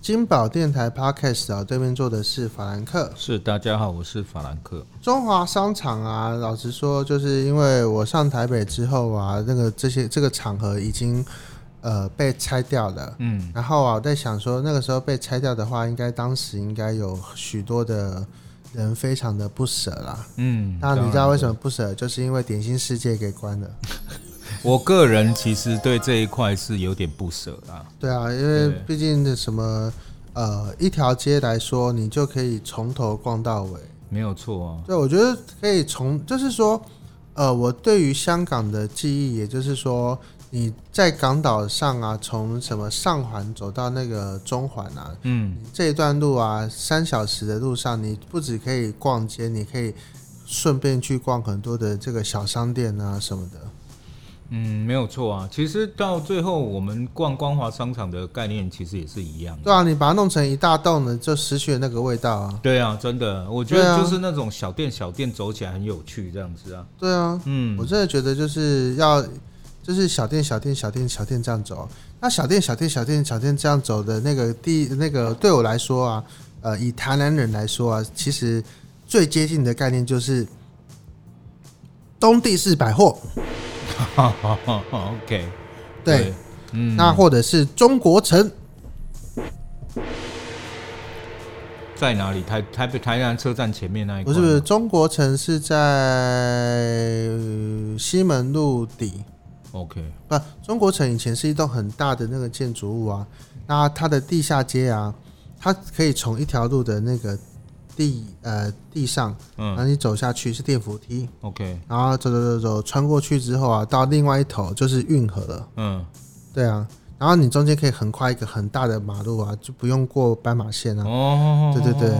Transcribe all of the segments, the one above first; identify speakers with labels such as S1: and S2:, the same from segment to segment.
S1: 金宝电台 Podcast 啊，对面坐的是法兰克。
S2: 是，大家好，我是法兰克。
S1: 中华商场啊，老实说，就是因为我上台北之后啊，那个这些这个场合已经呃被拆掉了。
S2: 嗯，
S1: 然后啊，我在想说，那个时候被拆掉的话，应该当时应该有许多的人非常的不舍啦。
S2: 嗯，
S1: 那你知道
S2: 当然
S1: 为什么不舍？就是因为点心世界给关了。
S2: 我个人其实对这一块是有点不舍啦。
S1: 对啊，因为
S2: 对
S1: 毕竟那什么呃一条街来说，你就可以从头逛到尾。
S2: 没有错啊，
S1: 对，我觉得可以从，就是说，呃，我对于香港的记忆，也就是说，你在港岛上啊，从什么上环走到那个中环啊，
S2: 嗯，
S1: 这一段路啊，三小时的路上，你不只可以逛街，你可以顺便去逛很多的这个小商店啊什么的。
S2: 嗯，没有错啊。其实到最后，我们逛光华商场的概念其实也是一样的。
S1: 对啊，你把它弄成一大栋的，就失去了那个味道啊。
S2: 对啊，真的，我觉
S1: 对
S2: 得
S1: 啊
S2: 就是那种小店小店走起来很有趣这样子啊。
S1: 对啊，
S2: 嗯
S1: 我，真的觉得就是要，就是小店小店小店小店这样走。那小店小店小店小店这样走的那个第那个对我来说啊，呃，以台南人来说啊，其实最接近的概念就是东地市百货，
S2: 哈哈哈哈 OK，
S1: 对，，
S2: 嗯，
S1: 那或者是中国城，
S2: 在哪里？台台北台南车站前面那一
S1: 不
S2: 块
S1: 是
S2: 吗？
S1: 不是，中国城是在呃西门路底，
S2: OK，
S1: 不，中国城以前是一栋很大的那个建筑物啊，那它的地下街啊，它可以从一条路的那个地呃地上，然后
S2: 嗯
S1: 你走下去是电扶梯，
S2: ，OK，
S1: 然后走走走走穿过去之后啊，到另外一头就是运河了，
S2: 嗯，
S1: 对啊，然后你中间可以横跨一个很大的马路啊，就不用过斑马线啊，
S2: 哦，
S1: 对对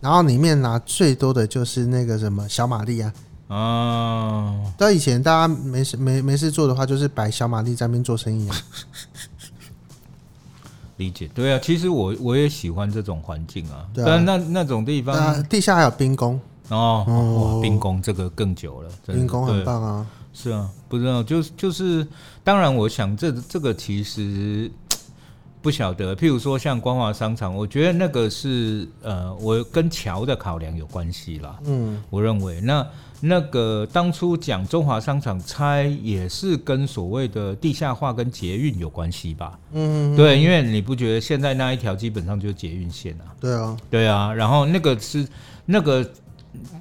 S1: 然后里面拿、最多的就是那个什么小玛丽啊，
S2: 啊，
S1: 到以前大家没事没没事做的话，就是摆小玛丽在那边做生意啊，
S2: 理解，对啊，其实我我也喜欢这种环境啊，
S1: 对啊
S2: 但那那种地方、
S1: 那地下还有冰宫，
S2: 哦，
S1: 哦
S2: 哇，冰宫这个更久了，真的
S1: 冰宫
S2: 对
S1: 很棒啊。
S2: 是啊，不知道，就是就是，当然，我想这这个其实不晓得。譬如说像光华商场，我觉得那个是呃，我跟桥的考量有关系啦。
S1: 嗯，
S2: 我认为那那个当初讲中华商场拆，也是跟所谓的地下化跟捷运有关系吧？
S1: 嗯，
S2: 对，因为你不觉得现在那一条基本上就是捷运线啊？
S1: 对啊，
S2: 对啊，然后那个是那个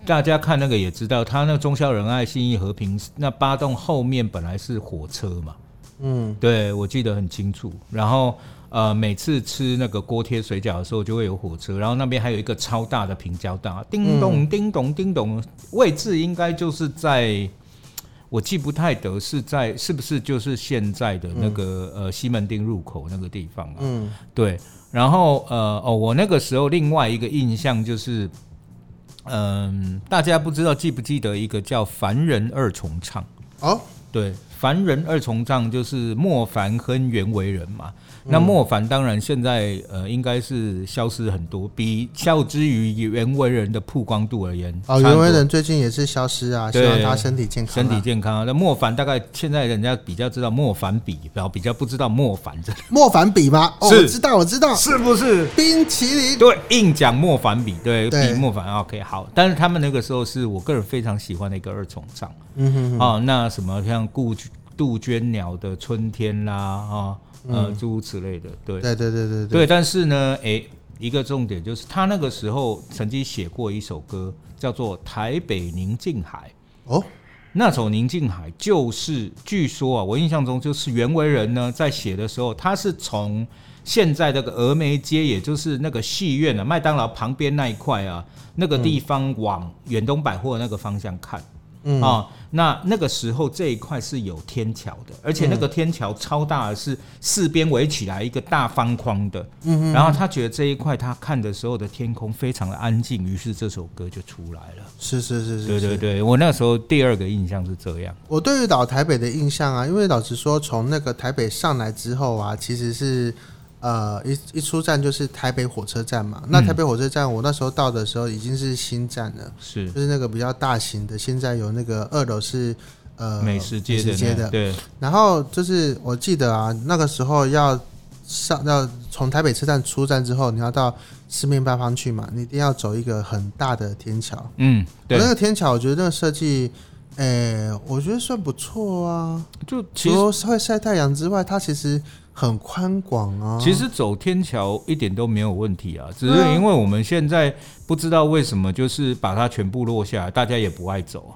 S2: 大家看那个也知道，他那个忠孝仁爱信义和平那八栋后面本来是火车嘛，
S1: 嗯，
S2: 对我记得很清楚。然后呃，每次吃那个锅贴水饺的时候就会有火车，然后那边还有一个超大的平交道，叮咚叮咚叮咚，位置应该就是在。我记不太得是在是不是就是现在的那个、呃西门町入口那个地方啊？
S1: 嗯，
S2: 对，然后呃哦，我那个时候另外一个印象就是，嗯、大家不知道记不记得一个叫凡人二重唱？
S1: 哦，
S2: 对，凡人二重唱就是莫凡跟袁惟仁嘛。
S1: 嗯
S2: 那莫凡当然现在呃应该是消失很多，比较之于袁惟仁的曝光度而言，
S1: 哦，
S2: 差很
S1: 袁
S2: 多
S1: 惟仁最近也是消失啊，希
S2: 对
S1: 望他身体健康、
S2: 身体，健康啊。那莫凡大概现在人家比较知道莫凡比，然后比较不知道莫凡 这
S1: 莫凡比吗？哦，
S2: 是
S1: 我知道，我知道，
S2: 是不是
S1: 冰淇淋。
S2: 对，硬讲莫凡比，对，
S1: 对
S2: 比莫凡 OK 好。但是他们那个时候是我个人非常喜欢的一个二重唱
S1: 嗯哼，
S2: 哦，那什么像顾杜鹃鸟的春天啦，啊、哦，呃，诸如此类的，对
S1: 嗯对对对对对，
S2: 对但是呢，诶，一个重点就是他那个时候曾经写过一首歌，叫做《台北宁静海》。
S1: 哦，
S2: 那首《宁静海》就是，据说啊，我印象中就是袁惟仁呢在写的时候，他是从现在那个峨眉街，也就是那个戏院啊、麦当劳旁边那一块啊，那个地方往远东百货那个方向看。
S1: 嗯
S2: 啊、那那个时候这一块是有天桥的，而且那个天桥超大的是四边围起来一个大方框的。嗯然后他觉得这一块他看的时候的天空非常的安静，于是这首歌就出来了。
S1: 是是是是，
S2: 对对
S1: 是。
S2: 对，我那时候第二个印象是这样。
S1: 我对于老台北的印象啊，因为老实说，从那个台北上来之后啊，其实是。呃，一一出站就是台北火车站嘛。
S2: 嗯
S1: 那台北火车站，我那时候到的时候已经是新站了，
S2: 是
S1: 就是那个比较大型的。现在有那个二楼是呃
S2: 美食街
S1: 美
S2: 的
S1: 食街
S2: 那
S1: 的，
S2: 对，
S1: 然后就是我记得啊，那个时候要上要从台北车站出站之后，你要到四面八方去嘛，你一定要走一个很大的天桥。
S2: 嗯，
S1: 我
S2: 对
S1: 那，个天桥，我觉得那个设计，诶、我觉得算不错啊。
S2: 就其实
S1: 除了会晒太阳之外，它其实很宽广啊。
S2: 其实走天桥一点都没有问题啊，只是
S1: 对啊
S2: 因为我们现在不知道为什么就是把它全部落下来，大家也不爱走。
S1: 啊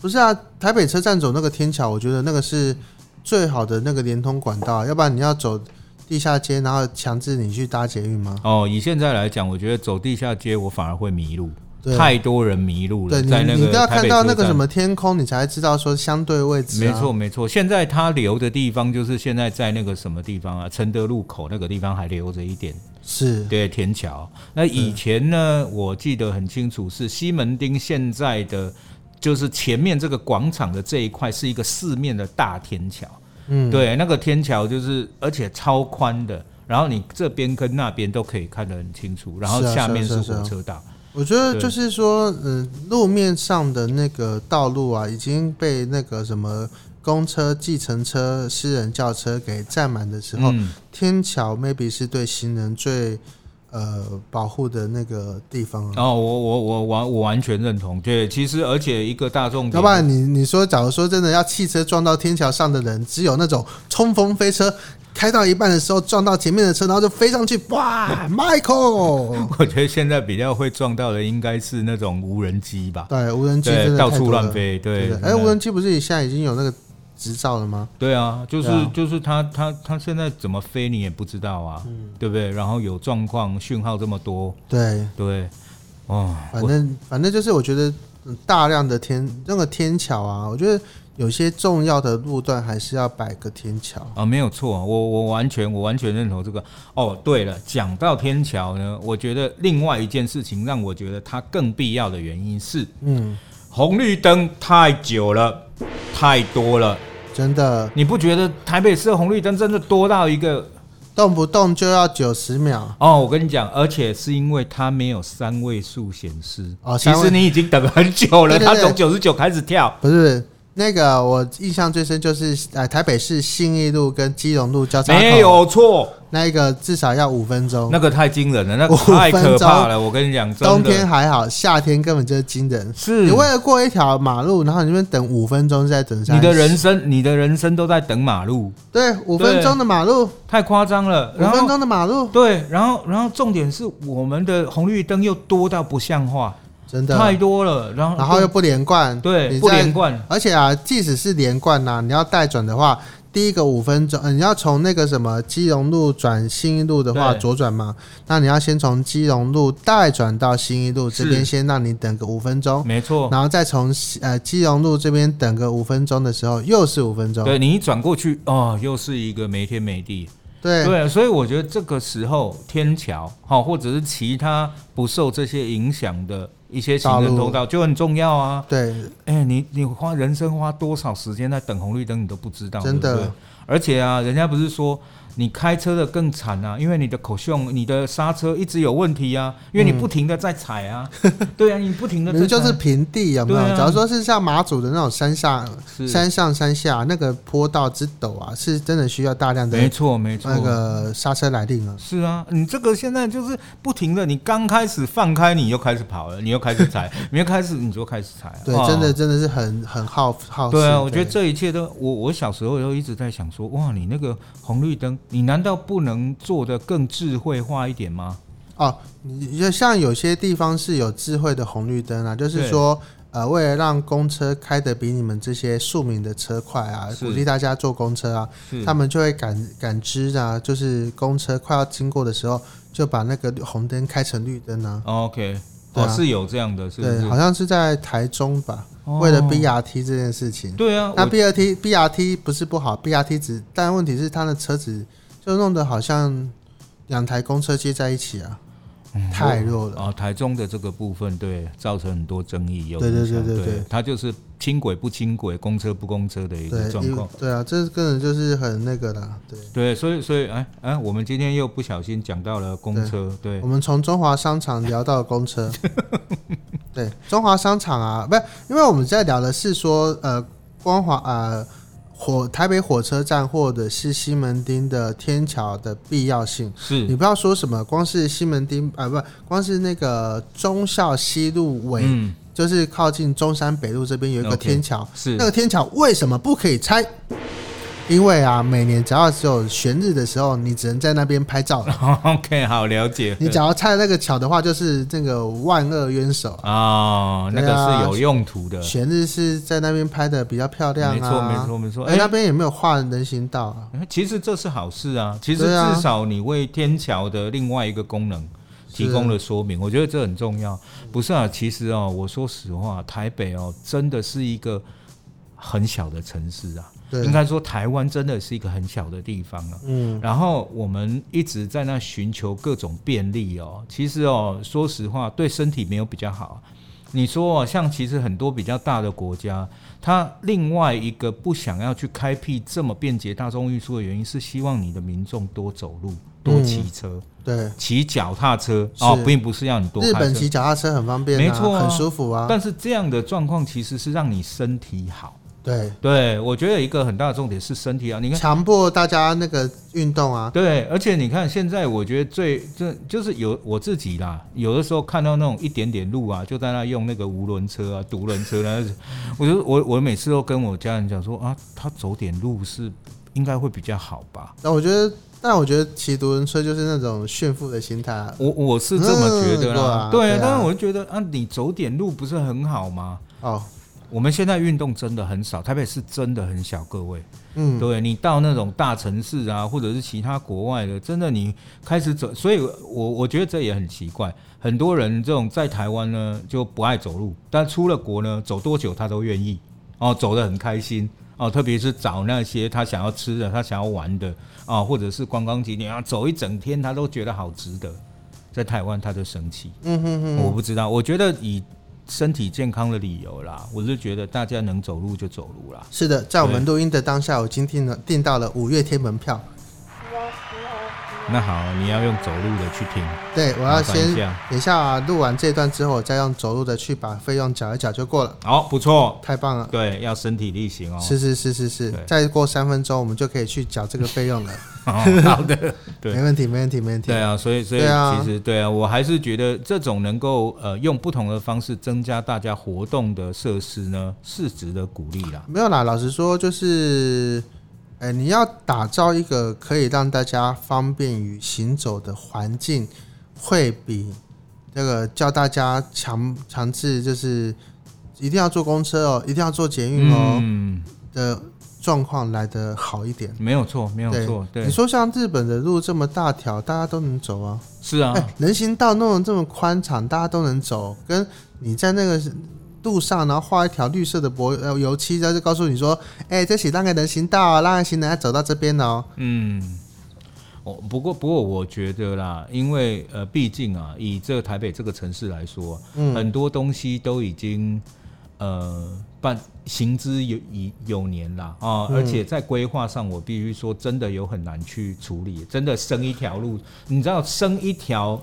S1: 不是啊，台北车站走那个天桥，我觉得那个是最好的那个连通管道啊，要不然你要走地下街，然后强制你去搭捷运吗？
S2: 哦，以现在来讲，我觉得走地下街我反而会迷路，
S1: 对啊，
S2: 太多人迷路了，
S1: 对
S2: 在
S1: 你
S2: 那
S1: 你
S2: 个
S1: 都要
S2: 台
S1: 看
S2: 北
S1: 到
S2: 车
S1: 那个
S2: 站
S1: 什么天空，你才会知道说相对位置、啊。
S2: 没错，没错，现在它留的地方就是现在在那个什么地方啊？承德路口那个地方还留着一点，
S1: 是
S2: 对，天桥。那以前呢，我记得很清楚，是西门町现在的就是前面这个广场的这一块是一个四面的大天桥，
S1: 嗯，
S2: 对，那个天桥就是而且超宽的，然后你这边跟那边都可以看得很清楚，然后
S1: 是啊
S2: 下面
S1: 是
S2: 是
S1: 啊是啊是
S2: 火
S1: 啊
S2: 车道，
S1: 我觉得
S2: 对
S1: 就是说，嗯、路面上的那个道路啊，已经被那个什么公车、计程车、私人轿车给占满的时候，
S2: 嗯，
S1: 天桥 maybe 是对行人最呃保护的那个地方啊。
S2: 哦，我我我完我完全认同，对，其实而且一个大众点
S1: 要不然你你说，假如说真的要汽车撞到天桥上的人，只有那种冲锋飞车，开到一半的时候撞到前面的车，然后就飞上去， 哇，Michael！
S2: 我觉得现在比较会撞到的应该是那种无人机吧，
S1: 对，无人机真
S2: 对，
S1: 的
S2: 到
S1: 太
S2: 处
S1: 多了
S2: 乱。飞，对
S1: 对不，对哎，
S2: 真的
S1: 无人机不是现在已经有那个执照了吗？
S2: 对啊，就是、
S1: 对啊
S2: 就是它它它现在怎么飞你也不知道啊，
S1: 嗯
S2: 对不对？然后有状况，讯号这么多，
S1: 对，
S2: 对，哦，
S1: 反
S2: 我
S1: 正反正就是我觉得嗯大量的天那个天桥啊，我觉得有些重要的路段还是要摆个天桥。
S2: 啊，没有错，我我完全我完全认同这个。哦，对了，讲到天桥呢，我觉得另外一件事情让我觉得它更必要的原因是
S1: 嗯，
S2: 红绿灯太久了，太多了。
S1: 真的
S2: 你不觉得台北市的红绿灯真的多到一个
S1: 动不动就要九十秒。
S2: 哦？我跟你讲，而且是因为它没有三位数显示。
S1: 哦
S2: 其
S1: 三
S2: 实
S1: 位
S2: 你已经等很久了，
S1: 对对
S2: 它
S1: 对
S2: 从九十九开始跳。
S1: 不是那个，我印象最深就是呃台北市信义路跟基隆路交叉口
S2: 没有错，
S1: 那一个至少要五分钟。
S2: 那个太惊人了，那个
S1: 五分
S2: 太可怕
S1: 钟
S2: 了。我跟你讲，真
S1: 冬
S2: 的
S1: 天还好，夏天根本就是惊人。
S2: 是
S1: 你为了过一条马路，然后你这边等五分钟，再等下
S2: 你的人生，你的人生都在等马路，
S1: 对五分钟的马路，五
S2: 太夸张了。然
S1: 分
S2: 后
S1: 钟的马路，
S2: 对，然后然后重点是我们的红绿灯又多到不像话，
S1: 真的
S2: 太多了。然后
S1: 然后又不连贯，
S2: 嗯对
S1: 你
S2: 不
S1: 在
S2: 连贯，
S1: 而且啊，即使是连贯呐、你要带转的话，第一个五分钟、呃你要从那个什么基隆路转新一路的话，
S2: 对
S1: 左转嘛，那你要先从基隆路带转到新一路这边，
S2: 是
S1: 先让你等个五分钟，
S2: 没错。
S1: 然后再从西呃基隆路这边等个五分钟的时候，又是五分钟，
S2: 对你一转过去，哦，又是一个没天没地。
S1: 对
S2: 对，所以我觉得这个时候天桥，好、或者是其他不受这些影响的一些行人通道就很重要啊。
S1: 对
S2: 哎，你你花人生花多少时间在等红绿灯，你都不知道，
S1: 真的
S2: 对不对而且啊，人家不是说你开车的更惨啊，因为你的口胸、你的刹车一直有问题啊，因为你不停的在踩 啊。对啊，你不停的
S1: 明明
S2: 在
S1: 就是
S2: 踩。
S1: 平地，有没有？
S2: 对啊
S1: 假如说是像马祖的那种山下、
S2: 是
S1: 山上、山下那个坡道之陡啊，是真的需要大量的
S2: 没错，没错。
S1: 那个刹车来令啊。
S2: 是啊，你这个现在就是不停的，你刚开始放开，你又开始跑了，你又开始 踩，你又开始，你就开始踩了。
S1: 对，
S2: 哎哇
S1: 真的。真的是很很耗耗时。
S2: 对啊，我觉得这一切都，我我小时候就一直在想说，哇，你那个红绿灯，你难道不能做的更智慧化一点吗？
S1: 哦，你就像有些地方是有智慧的红绿灯啊，就是
S2: 对
S1: 说，呃，为了让公车开得比你们这些庶民的车快啊，
S2: 是嗯
S1: 鼓励大家坐公车啊，
S2: 是
S1: 他们就会感感知啊，就是公车快要经过的时候，就把那个红灯开成绿灯啊。
S2: ，OK，
S1: 对
S2: 哦，
S1: 啊
S2: 是有这样的，是不
S1: 对，
S2: 是
S1: 好？像是在台中吧，
S2: 哦
S1: 为了 BRT 这件事情。
S2: 对啊，
S1: 那
S2: 我
S1: BRT BRT 不是不好，BRT 只但问题是它的车子就弄得好像两台公车接在一起啊，太弱了。
S2: 啊，台中的这个部分，对，造成很多争议，有
S1: 对对
S2: 影响
S1: 对对对
S2: 它就是轻轨不轻轨，公车不公车的一个
S1: 对，
S2: 状况
S1: 因。对啊，这个人就是很那个啦。对，
S2: 对，所以所以哎哎，我们今天又不小心讲到了公车，对
S1: 我，们从中华商场聊到了公车， 对，中华商场啊，不是，因为我们在聊的是说呃，光华呃。火台北火车站或者是西门町的天桥的必要性。你
S2: 是
S1: 不要说什么，光是西门町啊，不，光是那个忠孝西路尾，
S2: 嗯
S1: 就是靠近中山北路这边有一个
S2: OK
S1: 天桥
S2: 是
S1: 那个天桥为什么不可以拆？因为啊，每年只要只有悬日的时候，你只能在那边拍 照了。
S2: OK 好了解
S1: 你只要拆那个桥的话，就是那个万恶冤首啊。
S2: 啊，那
S1: 对
S2: 个
S1: 啊
S2: 是有用途的，
S1: 悬日是在那边拍的比较漂亮啊，
S2: 没错没错没错。
S1: 哎、
S2: 哎
S1: 那边也没有画人行道啊，
S2: 其实这是好事啊，其实
S1: 对啊
S2: 至少你为天桥的另外一个功能提供了说明，我觉得这很重要。不是啊，其实哦，我说实话，台北哦，真的是一个很小的城市啊，
S1: 对
S2: 应该说台湾真的是一个很小的地方啊。
S1: 嗯，
S2: 然后我们一直在那寻求各种便利哦，其实哦，说实话，对身体没有比较好。你说哦，像其实很多比较大的国家，它另外一个不想要去开辟这么便捷大众运输的原因，是希望你的民众多走路、多骑车、
S1: 对，
S2: 骑脚踏车哦
S1: 嗯是，
S2: 并不是让你多
S1: 日
S2: 开
S1: 本
S2: 车
S1: 骑脚踏车很方便、啊，
S2: 没错啊
S1: 很舒服啊，
S2: 但是这样的状况其实是让你身体好。
S1: 对，
S2: 对，我觉得一个很大的重点是身体好。你看，
S1: 强迫大家那个运动啊，
S2: 对，而且你看，现在我觉得最这就是有我自己啦，有的时候看到那种一点点路啊，就在那用那个无轮车啊、独轮车啊， 我就我我每次都跟我家人讲说啊，他走点路是应该会比较好吧。
S1: 那我觉得，但我觉得骑独轮车就是那种炫富的心态、啊，
S2: 我我是这么觉得啦，
S1: 嗯对啊
S2: 对
S1: 对啊
S2: 但是我就觉得啊，你走点路不是很好吗？
S1: 哦，
S2: 我们现在运动真的很少，台北是真的很小，各位。
S1: 嗯，
S2: 对你到那种大城市啊，或者是其他国外的，真的你开始走，所以我我觉得这也很奇怪。很多人这种在台湾呢就不爱走路，但出了国呢，走多久他都愿意哦，走得很开心哦。特别是找那些他想要吃的、他想要玩的啊、或者是观光景点啊，走一整天他都觉得好值得。在台湾他就生气，
S1: 嗯哼哼，
S2: 我不知道，我觉得以身体健康的理由啦，我是觉得大家能走路就走路啦。
S1: 是的，在我们录音的当下，我已经订了订到了五月天门票，
S2: 那好，你要用走路的去听。
S1: 对我要
S2: 麻烦
S1: 先
S2: 一下
S1: 等一下啊录、完这段之后，我再用走路的去把费用缴一缴就过了，
S2: 好，哦不错，
S1: 太棒了。
S2: 对，要身体力行哦。
S1: 是是是是是
S2: 对，
S1: 再过三分钟我们就可以去缴这个费用了，
S2: 哦好的， 对
S1: 没问题，没问题，没问题
S2: 对。啊，所以所以
S1: 对啊
S2: 其实对啊，我还是觉得这种能够呃用不同的方式增加大家活动的设施呢，是值得鼓励啦。
S1: 没有啦，老实说，就是，哎、你要打造一个可以让大家方便于行走的环境，会比那个叫大家强强制就是一定要坐公车哦，一定要坐捷运哦、
S2: 嗯，
S1: 的状况来的好一点。
S2: 没有错，没有错，对
S1: 你，说像日本的路这么大条，大家都能走啊。
S2: 是啊
S1: 哎、，人行道弄得这么宽敞，大家都能走，跟你在那个路上，然后画一条绿色的薄呃油漆，然后就告诉你说，哎、这是那个人行道、啊，让行人要走到这边哦。
S2: 嗯。哦，不过不过，我觉得啦，因为呃，毕竟啊，以这个台北这个城市来说，
S1: 嗯，
S2: 很多东西都已经呃办行之有以有年啦啊、
S1: 嗯
S2: 而且在规划上，我必须说真的有很难去处理，真的生一条路，你知道生一条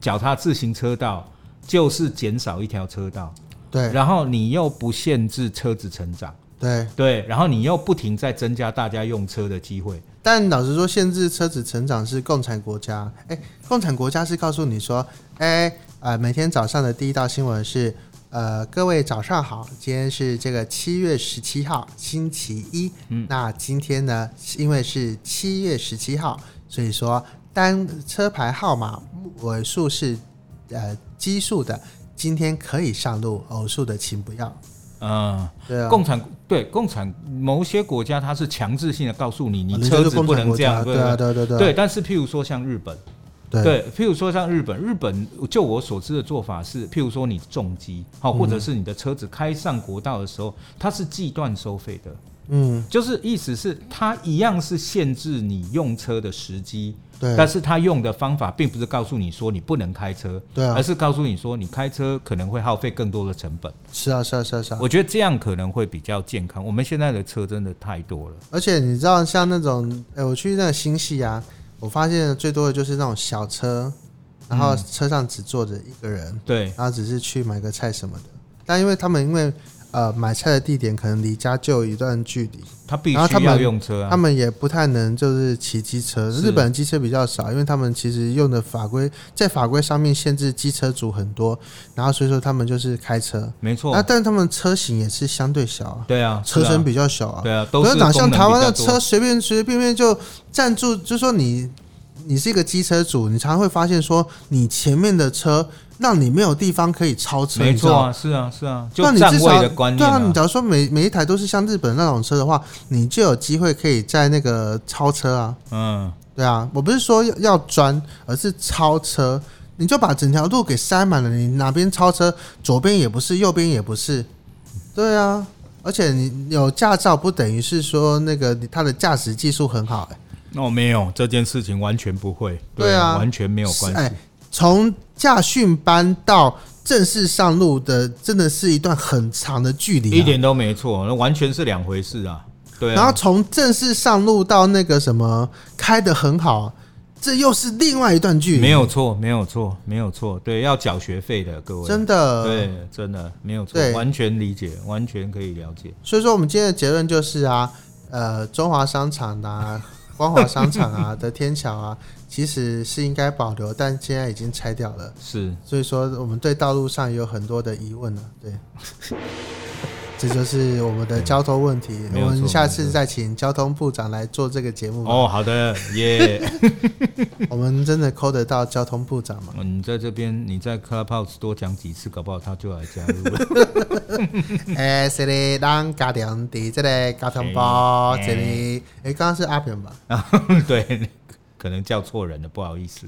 S2: 脚踏自行车道。就是减少一条车道，
S1: 对
S2: 然后你又不限制车子成长，
S1: 对，
S2: 对，然后你又不停在增加大家用车的机会，
S1: 但老实说，限制车子成长是共产国家，哎、共产国家是告诉你说，哎、呃，每天早上的第一道新闻是。呃，各位早上好，今天是这个七月十七号，星期一。嗯，那今天呢，因为是七月十七号，所以说单车牌号码尾数是呃奇数的，今天可以上路，偶数的请不要。
S2: 嗯、
S1: 对啊，
S2: 共产对共产某些国家它是强制性的告诉你，
S1: 啊
S2: 你
S1: 人家
S2: 车
S1: 就
S2: 子
S1: 共
S2: 不
S1: 产
S2: 能
S1: 国
S2: 这
S1: 家
S2: 样，
S1: 对啊，对对对
S2: 对，但是譬如说像日本，
S1: 对
S2: 对，譬如说像日本，日本就我所知的做法是，譬如说你重机，好，
S1: 嗯
S2: 或者是你的车子开上国道的时候，它是计段收费的，
S1: 嗯，
S2: 就是意思是它一样是限制你用车的时机，
S1: 对
S2: 但是它用的方法并不是告诉你说你不能开车，
S1: 对啊
S2: 而，是告诉你说你开车可能会耗费更多的成本。
S1: 是啊，是啊，是啊，是啊。
S2: 我觉得这样可能会比较健康。我们现在的车真的太多了，
S1: 而且你知道，像那种，哎、我去那个新系啊，我发现最多的就是那种小车，然后
S2: 嗯
S1: 车上只坐着一个人，
S2: 对，
S1: 然后只是去买个菜什么的。但因为他们因为呃买菜的地点可能离家就有一段距离，
S2: 他必
S1: 然后他
S2: 须要
S1: 们
S2: 用车啊
S1: 他。们也不太能就是骑机车。
S2: 是
S1: 日本机车比较少，因为他们其实用的法规在法规上面限制机车族很多，然后所以说他们就是开车。
S2: 没错
S1: 啊，，但他们车型也是相对小啊，
S2: 对啊，
S1: 车
S2: 哦是啊
S1: 身比较小啊。
S2: 对啊，都
S1: 不
S2: 是
S1: 是哪像
S2: 功能
S1: 台湾
S2: 比较
S1: 的
S2: 多
S1: 车，随便随随便便就赞助，就说你你是一个机车主，你常常会发现说你前面的车让你没有地方可以超车，
S2: 没
S1: 你知
S2: 错
S1: 道吗
S2: 啊，是啊，是啊，就
S1: 那你
S2: 站
S1: 至
S2: 位
S1: 少
S2: 的观
S1: 对
S2: 念
S1: 啊，
S2: 啊
S1: 你，假如说每每一台都是像日本那种车的话，你就有机会可以在那个超车啊，
S2: 嗯，
S1: 对啊，我不是说要要钻，而是超车，你就把整条路给塞满了，你哪边超车，左边也不是，右边也不是，对啊，而且你有驾照不等于是说那个你他的驾驶技术很好、欸，
S2: 那我哦没有这件事情完全不会，
S1: 对啊
S2: 完全没有关
S1: 是
S2: 系，
S1: 哎，从驾训班到正式上路的，真的是一段很长的距离、啊，
S2: 一点都没错，那完全是两回事啊，对
S1: 然后
S2: 啊，
S1: 从正式上路到那个什么开的很好，这又是另外一段距离，
S2: 没有错，没有错，没有错，对，要缴学费的各位，
S1: 真的。
S2: 对，真的没有错
S1: 对，
S2: 完全理解，完全可以了解，
S1: 所以说我们今天的结论就是啊，呃，中华商场 啊、光华商场啊的天桥啊，其实是应该保留，但现在已经拆掉了。
S2: 是
S1: 所以说我们对道路上也有很多的疑问了、啊 对。这就是我们的交通问题，
S2: 没有
S1: 我
S2: 错
S1: 们下次
S2: 没错
S1: 再请交通部长来做这个节目吧。
S2: 哦，好的，耶，
S1: 我们真的抠得到交通部 长吗？
S2: 嗯你在这边，你在 Clubhouse 多讲几次，搞不好他就来加入 了。
S1: 诶，这里哎咱家庭的这个交通
S2: 哎
S1: 包，哎这里诶，刚刚是阿扁吧？
S2: 对，可能叫错人了，不好意思。